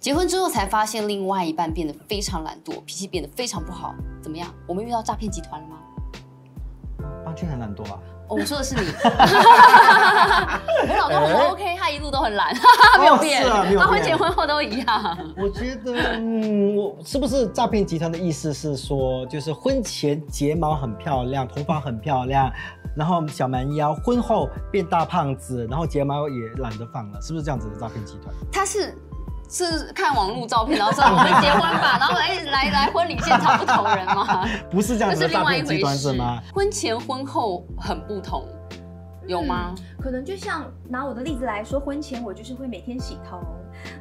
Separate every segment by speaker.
Speaker 1: 结婚之后才发现另外一半变得非常懒惰，脾气变得非常不好。怎么样？我们遇到诈骗集团了吗？
Speaker 2: 八君很懒惰啊，
Speaker 1: 哦我说 的是你，我老公很 OK，他一路都很懒，没有变，
Speaker 2: 是哎啊没有
Speaker 1: 他婚
Speaker 2: 变
Speaker 1: 前婚后都一样。
Speaker 2: 我觉得，嗯，我是不是诈骗集团的意思是说，就是婚前睫毛很漂亮，头发很漂亮，然后小蛮腰，婚后变大胖子，然后睫毛也懒得放了，是不是这样子的诈骗集团？
Speaker 1: 他是是看网络照片，然后说我们结婚吧，然后哎来来婚礼现场不投人吗？
Speaker 2: 不是这样
Speaker 1: 那是
Speaker 2: 子的
Speaker 1: 另
Speaker 2: 诈
Speaker 1: 外一
Speaker 2: 骗集
Speaker 1: 回
Speaker 2: 团是
Speaker 1: 事
Speaker 2: 吗？。
Speaker 1: 婚前婚后很不同，有吗？
Speaker 2: 嗯
Speaker 3: 可能就像拿我的例子来说，婚前我就是会每天洗头，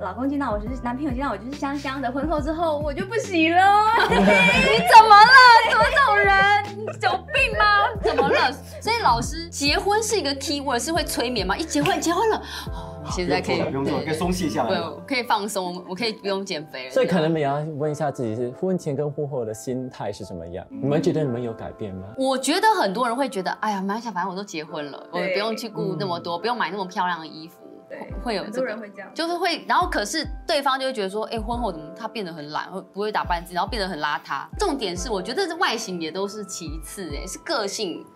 Speaker 3: 老公见到我就是男朋友见到我就是香香的，婚后之后我就不洗了。
Speaker 1: 你怎么了？怎么这种人？你有病吗？怎么了？所以老师，结婚是一个 key word，是会催眠吗？一结婚，结婚了，哦现在可以
Speaker 4: 不用做了，可以
Speaker 1: 对
Speaker 4: 松懈下来
Speaker 1: 对，
Speaker 4: 了。
Speaker 1: 我可以放松，我可以不用减肥了。
Speaker 5: 所以可能你
Speaker 1: 啊
Speaker 5: 要问一下自己是婚前跟婚后的心态是什么样？
Speaker 1: 嗯
Speaker 5: 你们觉得你们有改变吗？
Speaker 1: 我觉得很多人会觉得，哎呀，没关系，反正我都结婚了，我
Speaker 3: 对嗯
Speaker 1: 不用去顾那么多，不用买那么漂亮的衣服，
Speaker 3: 对
Speaker 1: 会有
Speaker 3: 很
Speaker 1: 这
Speaker 3: 多人
Speaker 1: 个。
Speaker 3: 会这样，
Speaker 1: 就是会，然后可是对方就会觉得说，哎、婚后怎么他变得很懒，会不会打扮自己，然后变得很邋遢。重点是，我觉得这外形也都是其次、哎，是个性。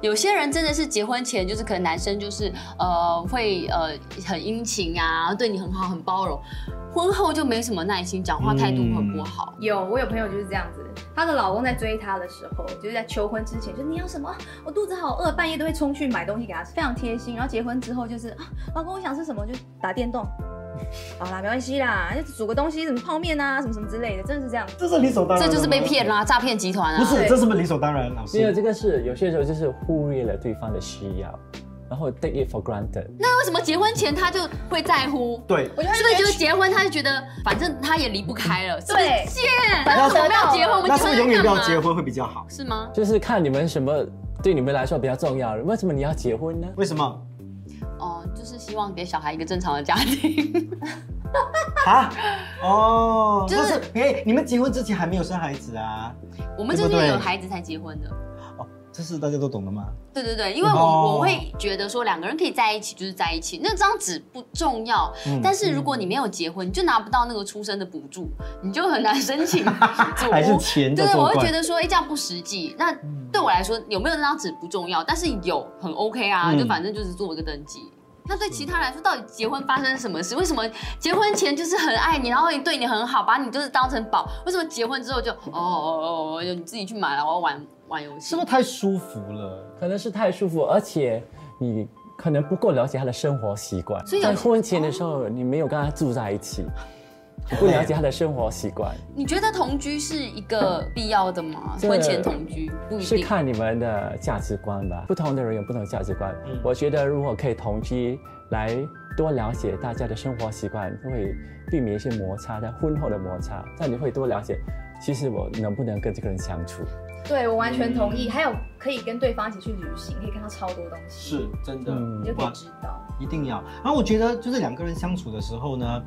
Speaker 1: 有些人真的是结婚前就是可能男生就是呃会呃很殷勤啊，对你很好很包容，婚后就没什么耐心，讲话态度很不好。
Speaker 3: 有，我有朋友就是这样子，她的老公在追她的时候，就是在求婚之前，就你要什么，我肚子好饿，半夜都会冲去买东西给她吃，非常贴心。然后结婚之后就是，啊、老公我想吃什么就打电动，好啦，没关系啦，就煮个东西，什么泡面啊，什么什么之类的，真的是这样。
Speaker 2: 这是理所当然
Speaker 1: 这
Speaker 2: 的吗，
Speaker 1: 就是被骗啦、诈骗集团啊！
Speaker 2: 嗯不是，
Speaker 3: 对
Speaker 2: 这是不是理所当然？老师
Speaker 5: 因为这个是有些时候就是忽略了对方的需要，然后 take it for granted。
Speaker 1: 那为什么结婚前他就会在乎？
Speaker 2: 对，
Speaker 3: 我觉
Speaker 1: 是不是就是结婚他就觉得反正他也离不开了？是不是
Speaker 3: 对
Speaker 1: 贱，反正我们要结婚，我们
Speaker 2: 那
Speaker 1: 结
Speaker 2: 是不
Speaker 1: 婚
Speaker 2: 是永远不要
Speaker 1: 干嘛
Speaker 2: 结，婚会比较好？
Speaker 1: 是吗？
Speaker 5: 就是看你们什么对你们来说比较重要，为什么你要结婚呢？
Speaker 2: 为什么
Speaker 1: 哦、就是希望给小孩一个正常的家庭。
Speaker 2: 啊？哦，
Speaker 1: 就是
Speaker 2: 但是哎，你们结婚之前还没有生孩子啊？
Speaker 1: 我们就是因为有孩子才结婚的。
Speaker 2: 哦，这是大家都懂的嘛？
Speaker 1: 对对对，因为我、
Speaker 2: 哦
Speaker 1: 我会觉得说两个人可以在一起就是在一起，那张纸不重要。
Speaker 2: 嗯
Speaker 1: 但是如果你没有结婚，你就拿不到那个出生的补助，你就很难申 请祖屋
Speaker 2: 还是钱在
Speaker 1: 对，
Speaker 2: 作
Speaker 1: 我
Speaker 2: 怪
Speaker 1: 会觉得说，哎、这样不实际。那
Speaker 2: 嗯
Speaker 1: 对我来说，有没有那张纸不重要，但是有很 OK 啊，
Speaker 2: 嗯
Speaker 1: 就反正就是做一个登记。那对其他人来说，到底结婚发生什么事？为什么结婚前就是很爱你，然后对你很好，把你就是当成宝？为什么结婚之后就哦哦哦哦，你自己去买了，我要玩玩游戏？
Speaker 2: 是不是太舒服了？
Speaker 5: 可能是太舒服，而且你可能不够了解他的生活习惯。
Speaker 1: 所以有
Speaker 5: 在婚前的时候，你没有跟他住在一起，你不了解他的生活习惯，
Speaker 1: 你觉得同居是一个必要的吗？
Speaker 5: 这
Speaker 1: 婚前同居不一
Speaker 5: 是
Speaker 1: 定。
Speaker 5: 看你们的价值观吧。不同的人有不同的价值观。
Speaker 2: 嗯
Speaker 5: 我觉得如果可以同居来多了解大家的生活习惯，会避免一些摩擦，在婚后的摩擦，这样你会多了解。其实我能不能跟这个人相处？
Speaker 3: 对我完全同
Speaker 2: 嗯
Speaker 3: 意。还有可以跟对方一起去旅行，可以看到超多东西，
Speaker 2: 是真的，
Speaker 5: 嗯
Speaker 3: 你就可以
Speaker 2: 哇
Speaker 3: 知道。
Speaker 2: 一定要。然后我觉得就是两个人相处的时候呢，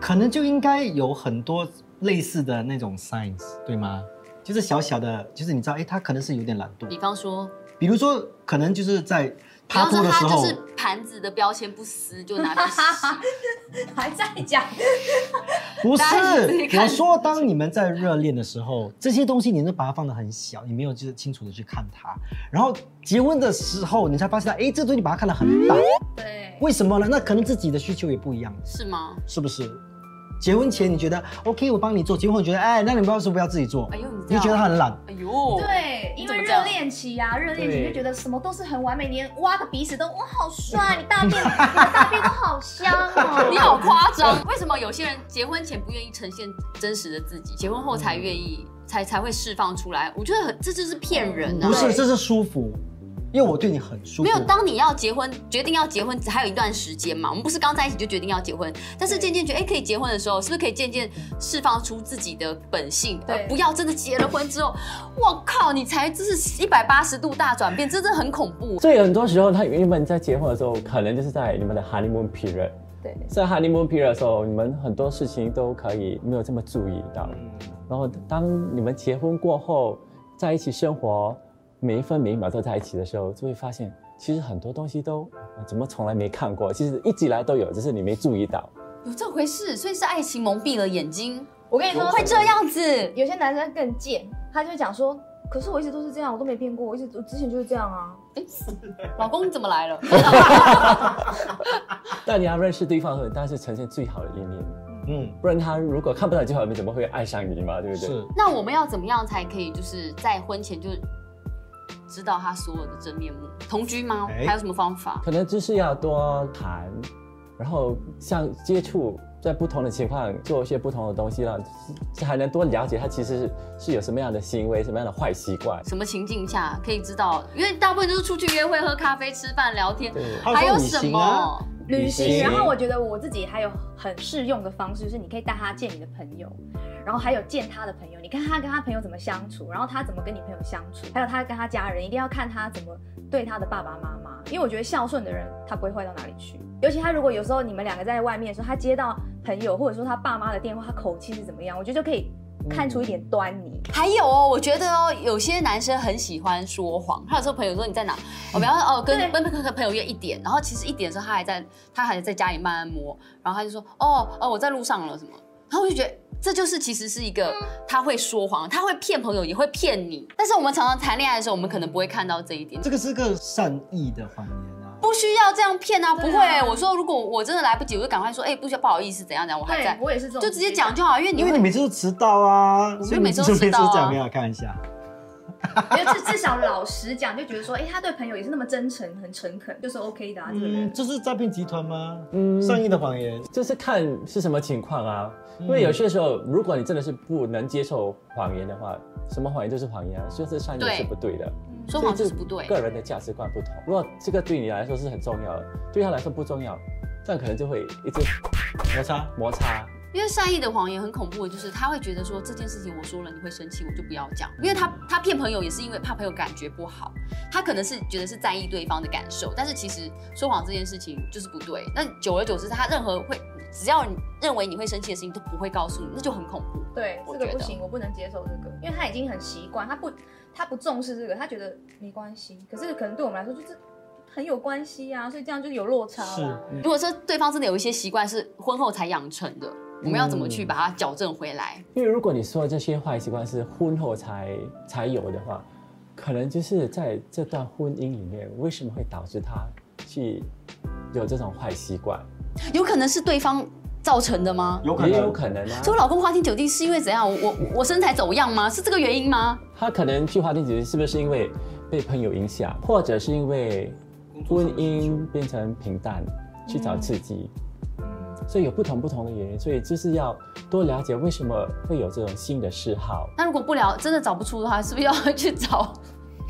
Speaker 2: 可能就应该有很多类似的那种 signs，对吗？就是小小的，就是你知道，哎，他可能是有点懒
Speaker 1: 比
Speaker 2: 惰，
Speaker 1: 方说，
Speaker 2: 比如说可能就是在
Speaker 1: 比
Speaker 2: 他
Speaker 1: 方
Speaker 2: 做
Speaker 1: 说
Speaker 2: 的时
Speaker 1: 他就
Speaker 2: 候，
Speaker 1: 是盘子的标签不撕就拿去 洗，
Speaker 3: 还在讲，
Speaker 2: 不是
Speaker 1: 大家自己看
Speaker 2: 我说，当你们在热恋的时候，这些东西你都把它放得很小，你没有就是清楚的去看它。然后结婚的时候，你才发现到，哎，这东西把它看得很大，
Speaker 3: 对，
Speaker 2: 为什么呢？那可能自己的需求也不一样。
Speaker 1: 是吗？
Speaker 2: 是不是？结婚前你觉得 OK，我帮你做；结婚后你觉得哎，那你不要是不要自己做，
Speaker 1: 哎呦，你知
Speaker 2: 你
Speaker 1: 道？
Speaker 2: 就觉得他很懒。
Speaker 1: 哎呦，
Speaker 3: 对，
Speaker 1: 你
Speaker 3: 因
Speaker 1: 怎
Speaker 3: 为
Speaker 1: 么这样
Speaker 3: 热恋期啊，热恋期
Speaker 5: 对
Speaker 3: 就觉得什么都是很完美，连挖个鼻屎都哇好帅，你大便你的大便都好香 哦，
Speaker 1: 你好夸张！为什么有些人结婚前不愿意呈现真实的自己，结婚后才愿意，才才会释放出来？我觉得很，这就是骗人啊！
Speaker 2: 嗯不是，
Speaker 3: 对
Speaker 2: 这是舒服，因为我对你很舒服。
Speaker 1: 没有，当你要结婚，决定要结婚，还有一段时间嘛。我们不是刚在一起就决定要结婚，但是渐渐觉得哎、可以结婚的时候，是不是可以渐渐释放出自己的本性？
Speaker 3: 对
Speaker 1: 而不要真的结了婚之后，我靠，你才这是一百八十度大转变，真的很恐怖。
Speaker 5: 所以很多时候，他原本在结婚的时候，可能就是在你们的 honeymoon period。
Speaker 3: 对，
Speaker 5: 在 honeymoon period 的时候，你们很多事情都可以没有这么注意到。然后当你们结婚过后，在一起生活，每一分每一秒都在一起的时候，就会发现其实很多东西都呃怎么从来没看过，其实一直以来都有，只是你没注意到。
Speaker 1: 有这回事，所以是爱情蒙蔽了眼睛，
Speaker 3: 我跟你
Speaker 2: 啊
Speaker 3: 说，
Speaker 1: 会这样子。
Speaker 3: 有些男生更贱，他就讲说，可是我一直都是这样，我都没变过，我一直我之前就是这样啊。
Speaker 1: 老公你怎么来 了？
Speaker 5: 但你要认识对方的时候，当然是呈现最好的一面，
Speaker 2: 嗯，
Speaker 5: 不然他如果看不到你最好的一面，怎么会爱上你嘛？对不对？
Speaker 2: 是，
Speaker 1: 那我们要怎么样才可以就是在婚前就知道他所有的真面目？同居吗？
Speaker 2: 哎
Speaker 1: 还有什么方法？
Speaker 5: 可能就是要多谈，然后像接触，在不同的情况做一些不同的东西啦，这还能多了解他其实是是有什么样的行为，什么样的坏习惯。
Speaker 1: 什么情境下可以知道？因为大部分都是出去约会、喝咖啡、吃饭、聊天，
Speaker 5: 对，
Speaker 2: 还
Speaker 1: 还有
Speaker 2: 有
Speaker 1: 什
Speaker 2: 说旅行啊
Speaker 1: 么？
Speaker 3: 旅
Speaker 5: 旅
Speaker 3: 行，
Speaker 5: 行
Speaker 3: 然后我觉得我自己还有很适用的方式，就是你可以带他见你的朋友，然后还有见他的朋友，你看他跟他朋友怎么相处，然后他怎么跟你朋友相处，还有他跟他家人，一定要看他怎么对他的爸爸妈妈，因为我觉得孝顺的人他不会坏到哪里去，尤其他如果有时候你们两个在外面的时候，他接到朋友或者说他爸妈的电话，他口气是怎么样，我觉得就可以看出一点端倪。
Speaker 1: 还有哦，我觉得哦，有些男生很喜欢说谎。他有时候朋友说你在哪，我比方说哦，跟
Speaker 3: 嗯对
Speaker 1: 跟跟跟朋友约一点，然后其实一点的时候他还在他还在家里慢慢摸，然后他就说哦哦我在路上了什么，然后我就觉得这就是其实是一个
Speaker 3: 嗯
Speaker 1: 他会说谎，他会骗朋友也会骗你。但是我们常常谈恋爱的时候，我们可能不会看到这一点。
Speaker 2: 这个是个善意的谎言啊。
Speaker 1: 不需要这样骗啊，不
Speaker 3: 对啊
Speaker 1: 会。我说，如果我真的来不及，我就赶快说，哎、不需要，不好意思，怎样怎样，我还在
Speaker 3: 对，，我也是这种，
Speaker 1: 就直接讲，就好，因为你
Speaker 2: 因为
Speaker 1: 会
Speaker 2: 你每次都迟到啊，
Speaker 1: 我
Speaker 2: 所以
Speaker 1: 们
Speaker 2: 你
Speaker 1: 每次都迟
Speaker 2: 每次
Speaker 1: 到啊
Speaker 2: 都讲没有，开玩笑。
Speaker 3: 没有至至少老实讲，就觉得说，哎，他对朋友也是那么真诚，很诚恳，就是 OK 的啊，这个人
Speaker 2: 嗯，。这是诈骗集团吗？
Speaker 5: 嗯
Speaker 2: 善意的谎言，
Speaker 5: 就是看是什么情况啊。因为有些时候，如果你真的是不能接受谎言的话，什么谎言都是谎言啊，就是善意
Speaker 1: 对
Speaker 5: 是不对的。
Speaker 3: 嗯
Speaker 1: 说谎就是不对。
Speaker 5: 个人的价值观不同。如果这个对你来说是很重要的，对他来说不重要，这样可能就会一直
Speaker 2: 摩擦。
Speaker 5: 摩擦。
Speaker 1: 因为善意的谎言很恐怖的，就是他会觉得说这件事情我说了你会生气，我就不要讲。因为他他骗朋友也是因为怕朋友感觉不好，他可能是觉得是在意对方的感受，但是其实说谎这件事情就是不对。那久而久之，他任何会只要你认为你会生气的事情都不会告诉你，那就很恐怖。
Speaker 3: 对，
Speaker 1: 我
Speaker 3: 这个
Speaker 1: 觉
Speaker 3: 不
Speaker 1: 得
Speaker 3: 行，我不能接受这个，因为他已经很习惯，他不他不重视这个，他觉得没关系。可是可能对我们来说就是很有关系啊，所以这样就有落
Speaker 1: 嗯
Speaker 3: 差啦。
Speaker 1: 如果说对方真的有一些习惯是婚后才养成的，我们要怎么去把它矫正回来？
Speaker 5: 因为如果你说这些坏习惯是婚后才才有的话，可能就是在这段婚姻里面，为什么会导致他去有这种坏习惯？
Speaker 1: 有可能是对方造成的吗？
Speaker 2: 有
Speaker 5: 也有可能啊
Speaker 1: 所以，我老公花天酒地是因为怎样？我我我身材走样吗？是这个原因吗？
Speaker 5: 他可能去花店姐姐是不是因为被朋友影响，或者是因为婚姻变成平淡，去找刺激，所以有不同不同的原因，所以就是要多了解为什么会有这种新的嗜好。
Speaker 1: 那如果不聊，真的找不出的话，是不是要去找？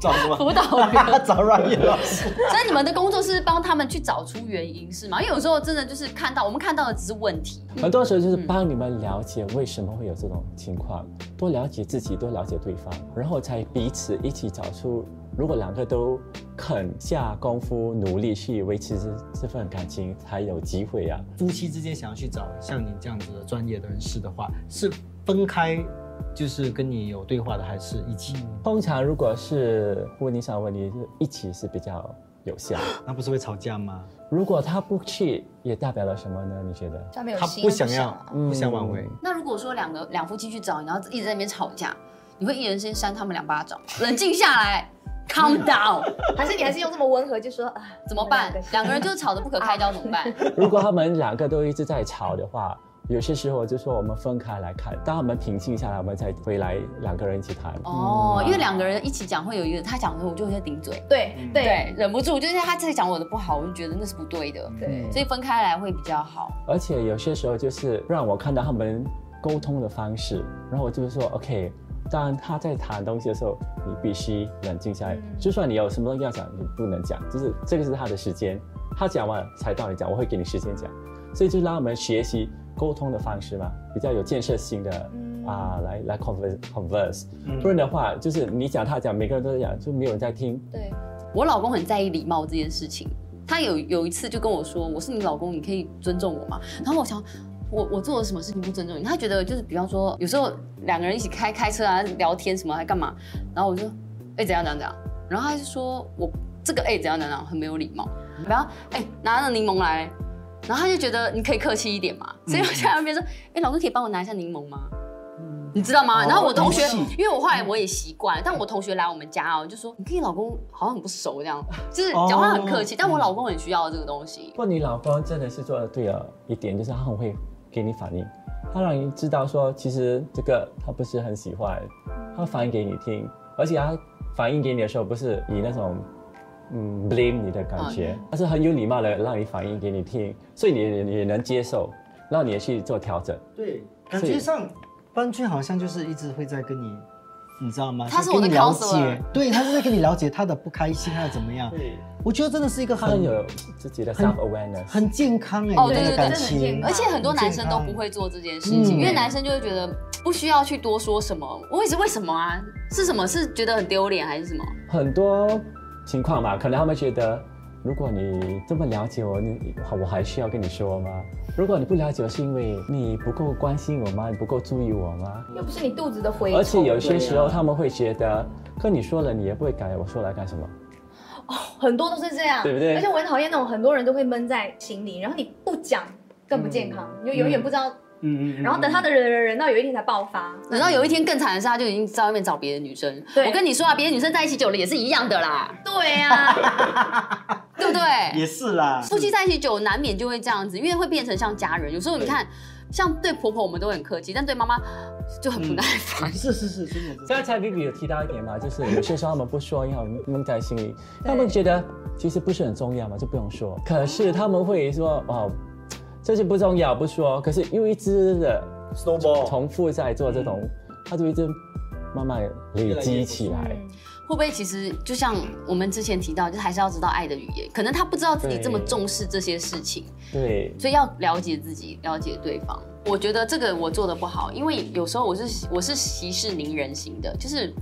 Speaker 2: 找什么？
Speaker 1: 辅导
Speaker 2: 找阮叶老师。
Speaker 1: 所以你们的工作是帮他们去找出原因是吗？因为有时候真的就是看到我们看到的只是问题，
Speaker 5: 很多时候就是帮你们了解为什么会有这种情况，多了解自己，多了解对方，然后才彼此一起找出，如果两个都肯下功夫努力去维持这这份感情，才有机会啊。
Speaker 2: 夫妻之间想要去找像你这样子的专业的人士的话，是分开，就是跟你有对话的，还是一起？
Speaker 1: 嗯
Speaker 5: 通常如果是婚姻上的问题，就是一起是比较 有效。
Speaker 2: 那不是会吵架吗？
Speaker 5: 如果他不去，也代表了什么呢？你觉得？嗯
Speaker 3: 他没有
Speaker 2: 他
Speaker 3: 心
Speaker 2: 不想
Speaker 3: 啊
Speaker 2: 要，不想挽回。
Speaker 1: 那如果说两个两夫妻去找你，然后一直在那边吵架，你会一人先扇他们两巴掌吗，冷静下来，calm down，
Speaker 3: 还是你还是用这么温和，就说啊，
Speaker 1: 怎么办？两个人就是吵得不可开交，怎么办？
Speaker 5: 如果他们两个都一直在吵的话，有些时候就说我们分开来看，当他们平静下来，我们再回来两个人一起谈。
Speaker 1: 哦，因为两个人一起讲会有一个，他讲的时候我就会顶嘴，
Speaker 3: 对对
Speaker 1: 对，忍不住，就是他在讲我的不好，我就觉得那是不对的，
Speaker 5: 嗯
Speaker 3: 对
Speaker 1: 所以分开来会比较好。
Speaker 5: 而且有些时候就是让我看到他们沟通的方式，然后我就是说 OK。当他在谈东西的时候，你必须冷静下来。
Speaker 3: 嗯
Speaker 5: 就算你有什么东西要讲，你不能讲，就是这个是他的时间，他讲完了才到你讲，我会给你时间讲。所以就让我们学习沟通的方式嘛，比较有建设性的啊、
Speaker 3: 嗯
Speaker 5: 来来 converse converse。
Speaker 2: 嗯
Speaker 5: 不然的话，就是你讲他讲，每个人都在讲，就没有人在听。
Speaker 3: 对，
Speaker 1: 我老公很在意礼貌这件事情，他有有一次就跟我说：“我是你老公，你可以尊重我吗？”然后我想。我我做了什么事情不尊重你？他觉得就是，比方说有时候两个人一起开开车啊，聊天什么还干嘛，然后我就，哎、怎样怎样怎样，然后他就说我这个哎、怎样怎样怎样很没有礼貌，然后哎、拿着柠檬来，然后他就觉得你可以客气一点嘛，所以我在旁边说，哎、老公可以帮我拿一下柠檬吗？你知道吗？
Speaker 2: 哦
Speaker 1: 然后我同学
Speaker 2: 语气，
Speaker 1: 因为我后来我也习惯，但我同学来我们家哦，就说你跟你老公好像很不熟这样，就是
Speaker 2: 哦
Speaker 1: 讲话很客气，但我老公很需要这个东西
Speaker 5: 不。过你老公真的是做的对了一点，就是他很会给你反应，他让你知道说其实这个他不是很喜欢，他反映给你听，而且他反映给你的时候不是以那种嗯 blame 你的感觉，他是很有礼貌的让你反映给你听，所以你你也能接受，让你也去做调整。
Speaker 2: 对，感觉上班君好像就是一直会在跟你，你知道吗？
Speaker 1: 他是
Speaker 2: 在
Speaker 1: 我的
Speaker 2: 跟你了
Speaker 1: counselor
Speaker 2: 解，对，他是在跟你了解他的不开心，他的怎么样。
Speaker 5: 对，
Speaker 2: 我觉得真的是一个
Speaker 5: 他很
Speaker 2: 很
Speaker 5: 有自己的
Speaker 2: 很
Speaker 5: self awareness。
Speaker 2: 很健康哎、
Speaker 1: 哦
Speaker 2: 你们
Speaker 1: 对
Speaker 2: 的
Speaker 1: 对对
Speaker 2: 感
Speaker 3: 真的很健
Speaker 2: 情
Speaker 3: 康
Speaker 1: 而且很多男生都不会做这件事情，
Speaker 2: 嗯
Speaker 1: 因为男生就会觉得不需要去多说什么，我也是为什么啊？是什么？是觉得很丢脸还是什么？
Speaker 5: 很多情况嘛，可能他们觉得，如果你这么了解我，你我还需要跟你说吗？如果你不了解我，是因为你不够关心我吗？你不够注意我吗？
Speaker 3: 又不是你肚子的蛔虫。
Speaker 5: 而且有些时候他们会觉得，跟你说了你也不会改，我说来干什么？
Speaker 3: 很多都是这样，
Speaker 5: 对不对
Speaker 3: 而且我很讨厌那种很多人都会闷在心里，然后你不讲更不健康，你就永远不知道。
Speaker 2: 嗯
Speaker 3: 然后等他的忍忍忍到有一天才爆发，
Speaker 1: 等到有一天更惨的是，他就已经在外面找别的女生。
Speaker 3: 对
Speaker 1: 我跟你说啊，别的女生在一起久了也是一样的啦，
Speaker 3: 对呀、
Speaker 1: 对不对？
Speaker 2: 也是啦，
Speaker 1: 夫妻在一起久，难免就会这样子，因为会变成像家人。有时候你看，像对婆婆我们都很客气，但对妈妈就很不耐烦。
Speaker 2: 是是是，真的真的。
Speaker 5: 刚才 Vivi 有提到一点嘛，就是有些时候他们不说，因为他们闷在心里，他们觉得其实不是很重要嘛，就不用说。可是他们会说，哦，这些不重要，不说。可是又一直的
Speaker 2: Snowball，
Speaker 5: 重复在做这种，它就一直慢慢累积起来。
Speaker 3: 嗯
Speaker 1: 会不会其实就像我们之前提到，就还是要知道爱的语言？可能他不知道自己这么重视这些事情，
Speaker 5: 对，
Speaker 1: 所以要了解自己，了解对方。我觉得这个我做的不好，因为有时候我是我是息事宁人型的，就是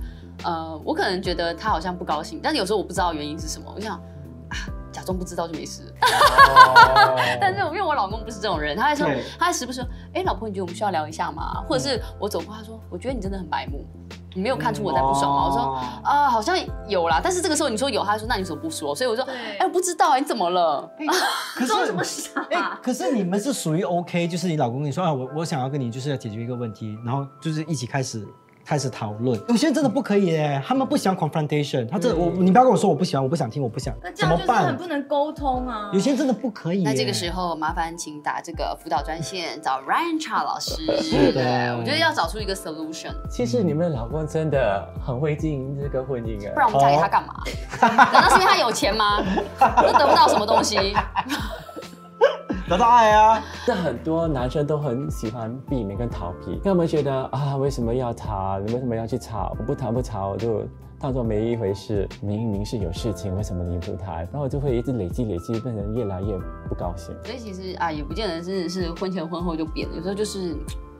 Speaker 1: 呃，我可能觉得他好像不高兴，但是有时候我不知道原因是什么，我就想啊，假装不知道就没事 了。但是我因为我老公不是这种人，他还说
Speaker 2: 对
Speaker 1: 他还时不时说，哎、老婆，你觉得我们需要聊一下吗？或者是我走过，他说，我觉得你真的很白目，你没有看出我在不爽吗？我说。
Speaker 2: 哦
Speaker 1: 啊、好像有啦，但是这个时候你说有，他说那你怎么不说？所以我说，
Speaker 3: 对
Speaker 1: 哎、我不知道、你怎么了？
Speaker 2: 哎可
Speaker 3: 装什
Speaker 2: 是
Speaker 3: 么傻、啊
Speaker 2: 哎、可是你们是属于 OK，就是你老公跟你说啊，我我想要跟你就是要解决一个问题，然后就是一起开始开始讨论。有些人真的不可以耶，他们不喜欢 confrontation，他这、我你不要跟我说我不喜欢，我不想听，我不想
Speaker 3: 嗯那，这
Speaker 2: 怎
Speaker 3: 样
Speaker 2: 么
Speaker 3: 就是很
Speaker 2: 办？
Speaker 3: 不能沟通啊。
Speaker 2: 有些人真的不可以。
Speaker 1: 那这个时，候，麻烦请打这个辅导专线，找 Ryan Cha 老师。
Speaker 2: 是的
Speaker 1: 对，我觉得要找出一个 solution，
Speaker 5: 其实你们的老公真的很会经营这个婚姻
Speaker 1: 不然
Speaker 5: 哎，
Speaker 1: 我们嫁给他干嘛？难道是因为他有钱吗？又得不到什么 东西？
Speaker 2: 得到爱啊，
Speaker 5: 但很多男生都很喜欢避免跟逃避，他们觉得啊，为什么要吵？你为什么要去吵？我不谈不吵，我就当做没一回事。明明是有事情，为什么你不谈？然后就会一直累积累积，变成越来越不高兴。
Speaker 1: 所以其实啊，也不见得真的是婚前婚后就变了，有时候就是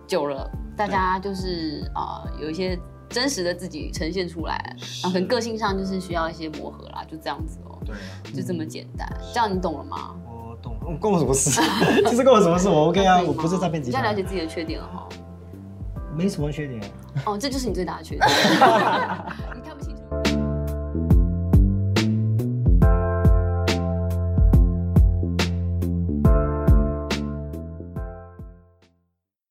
Speaker 1: 久了，大家就是啊、有一些真实的自己呈现出来，
Speaker 3: 啊
Speaker 1: 然后可能个性上就是需要一些磨合啦，就这样子哦、
Speaker 2: 对啊，
Speaker 1: 就这么简单。这样你懂了吗？
Speaker 2: 我懂，我关我什么事？ 其实关我什么事？我 OK 啊，我不是诈骗集
Speaker 1: 比较
Speaker 2: 团，
Speaker 1: 了解自己的缺点了哈。
Speaker 2: 没什么缺点。
Speaker 1: 哦，这就是你最大的缺点。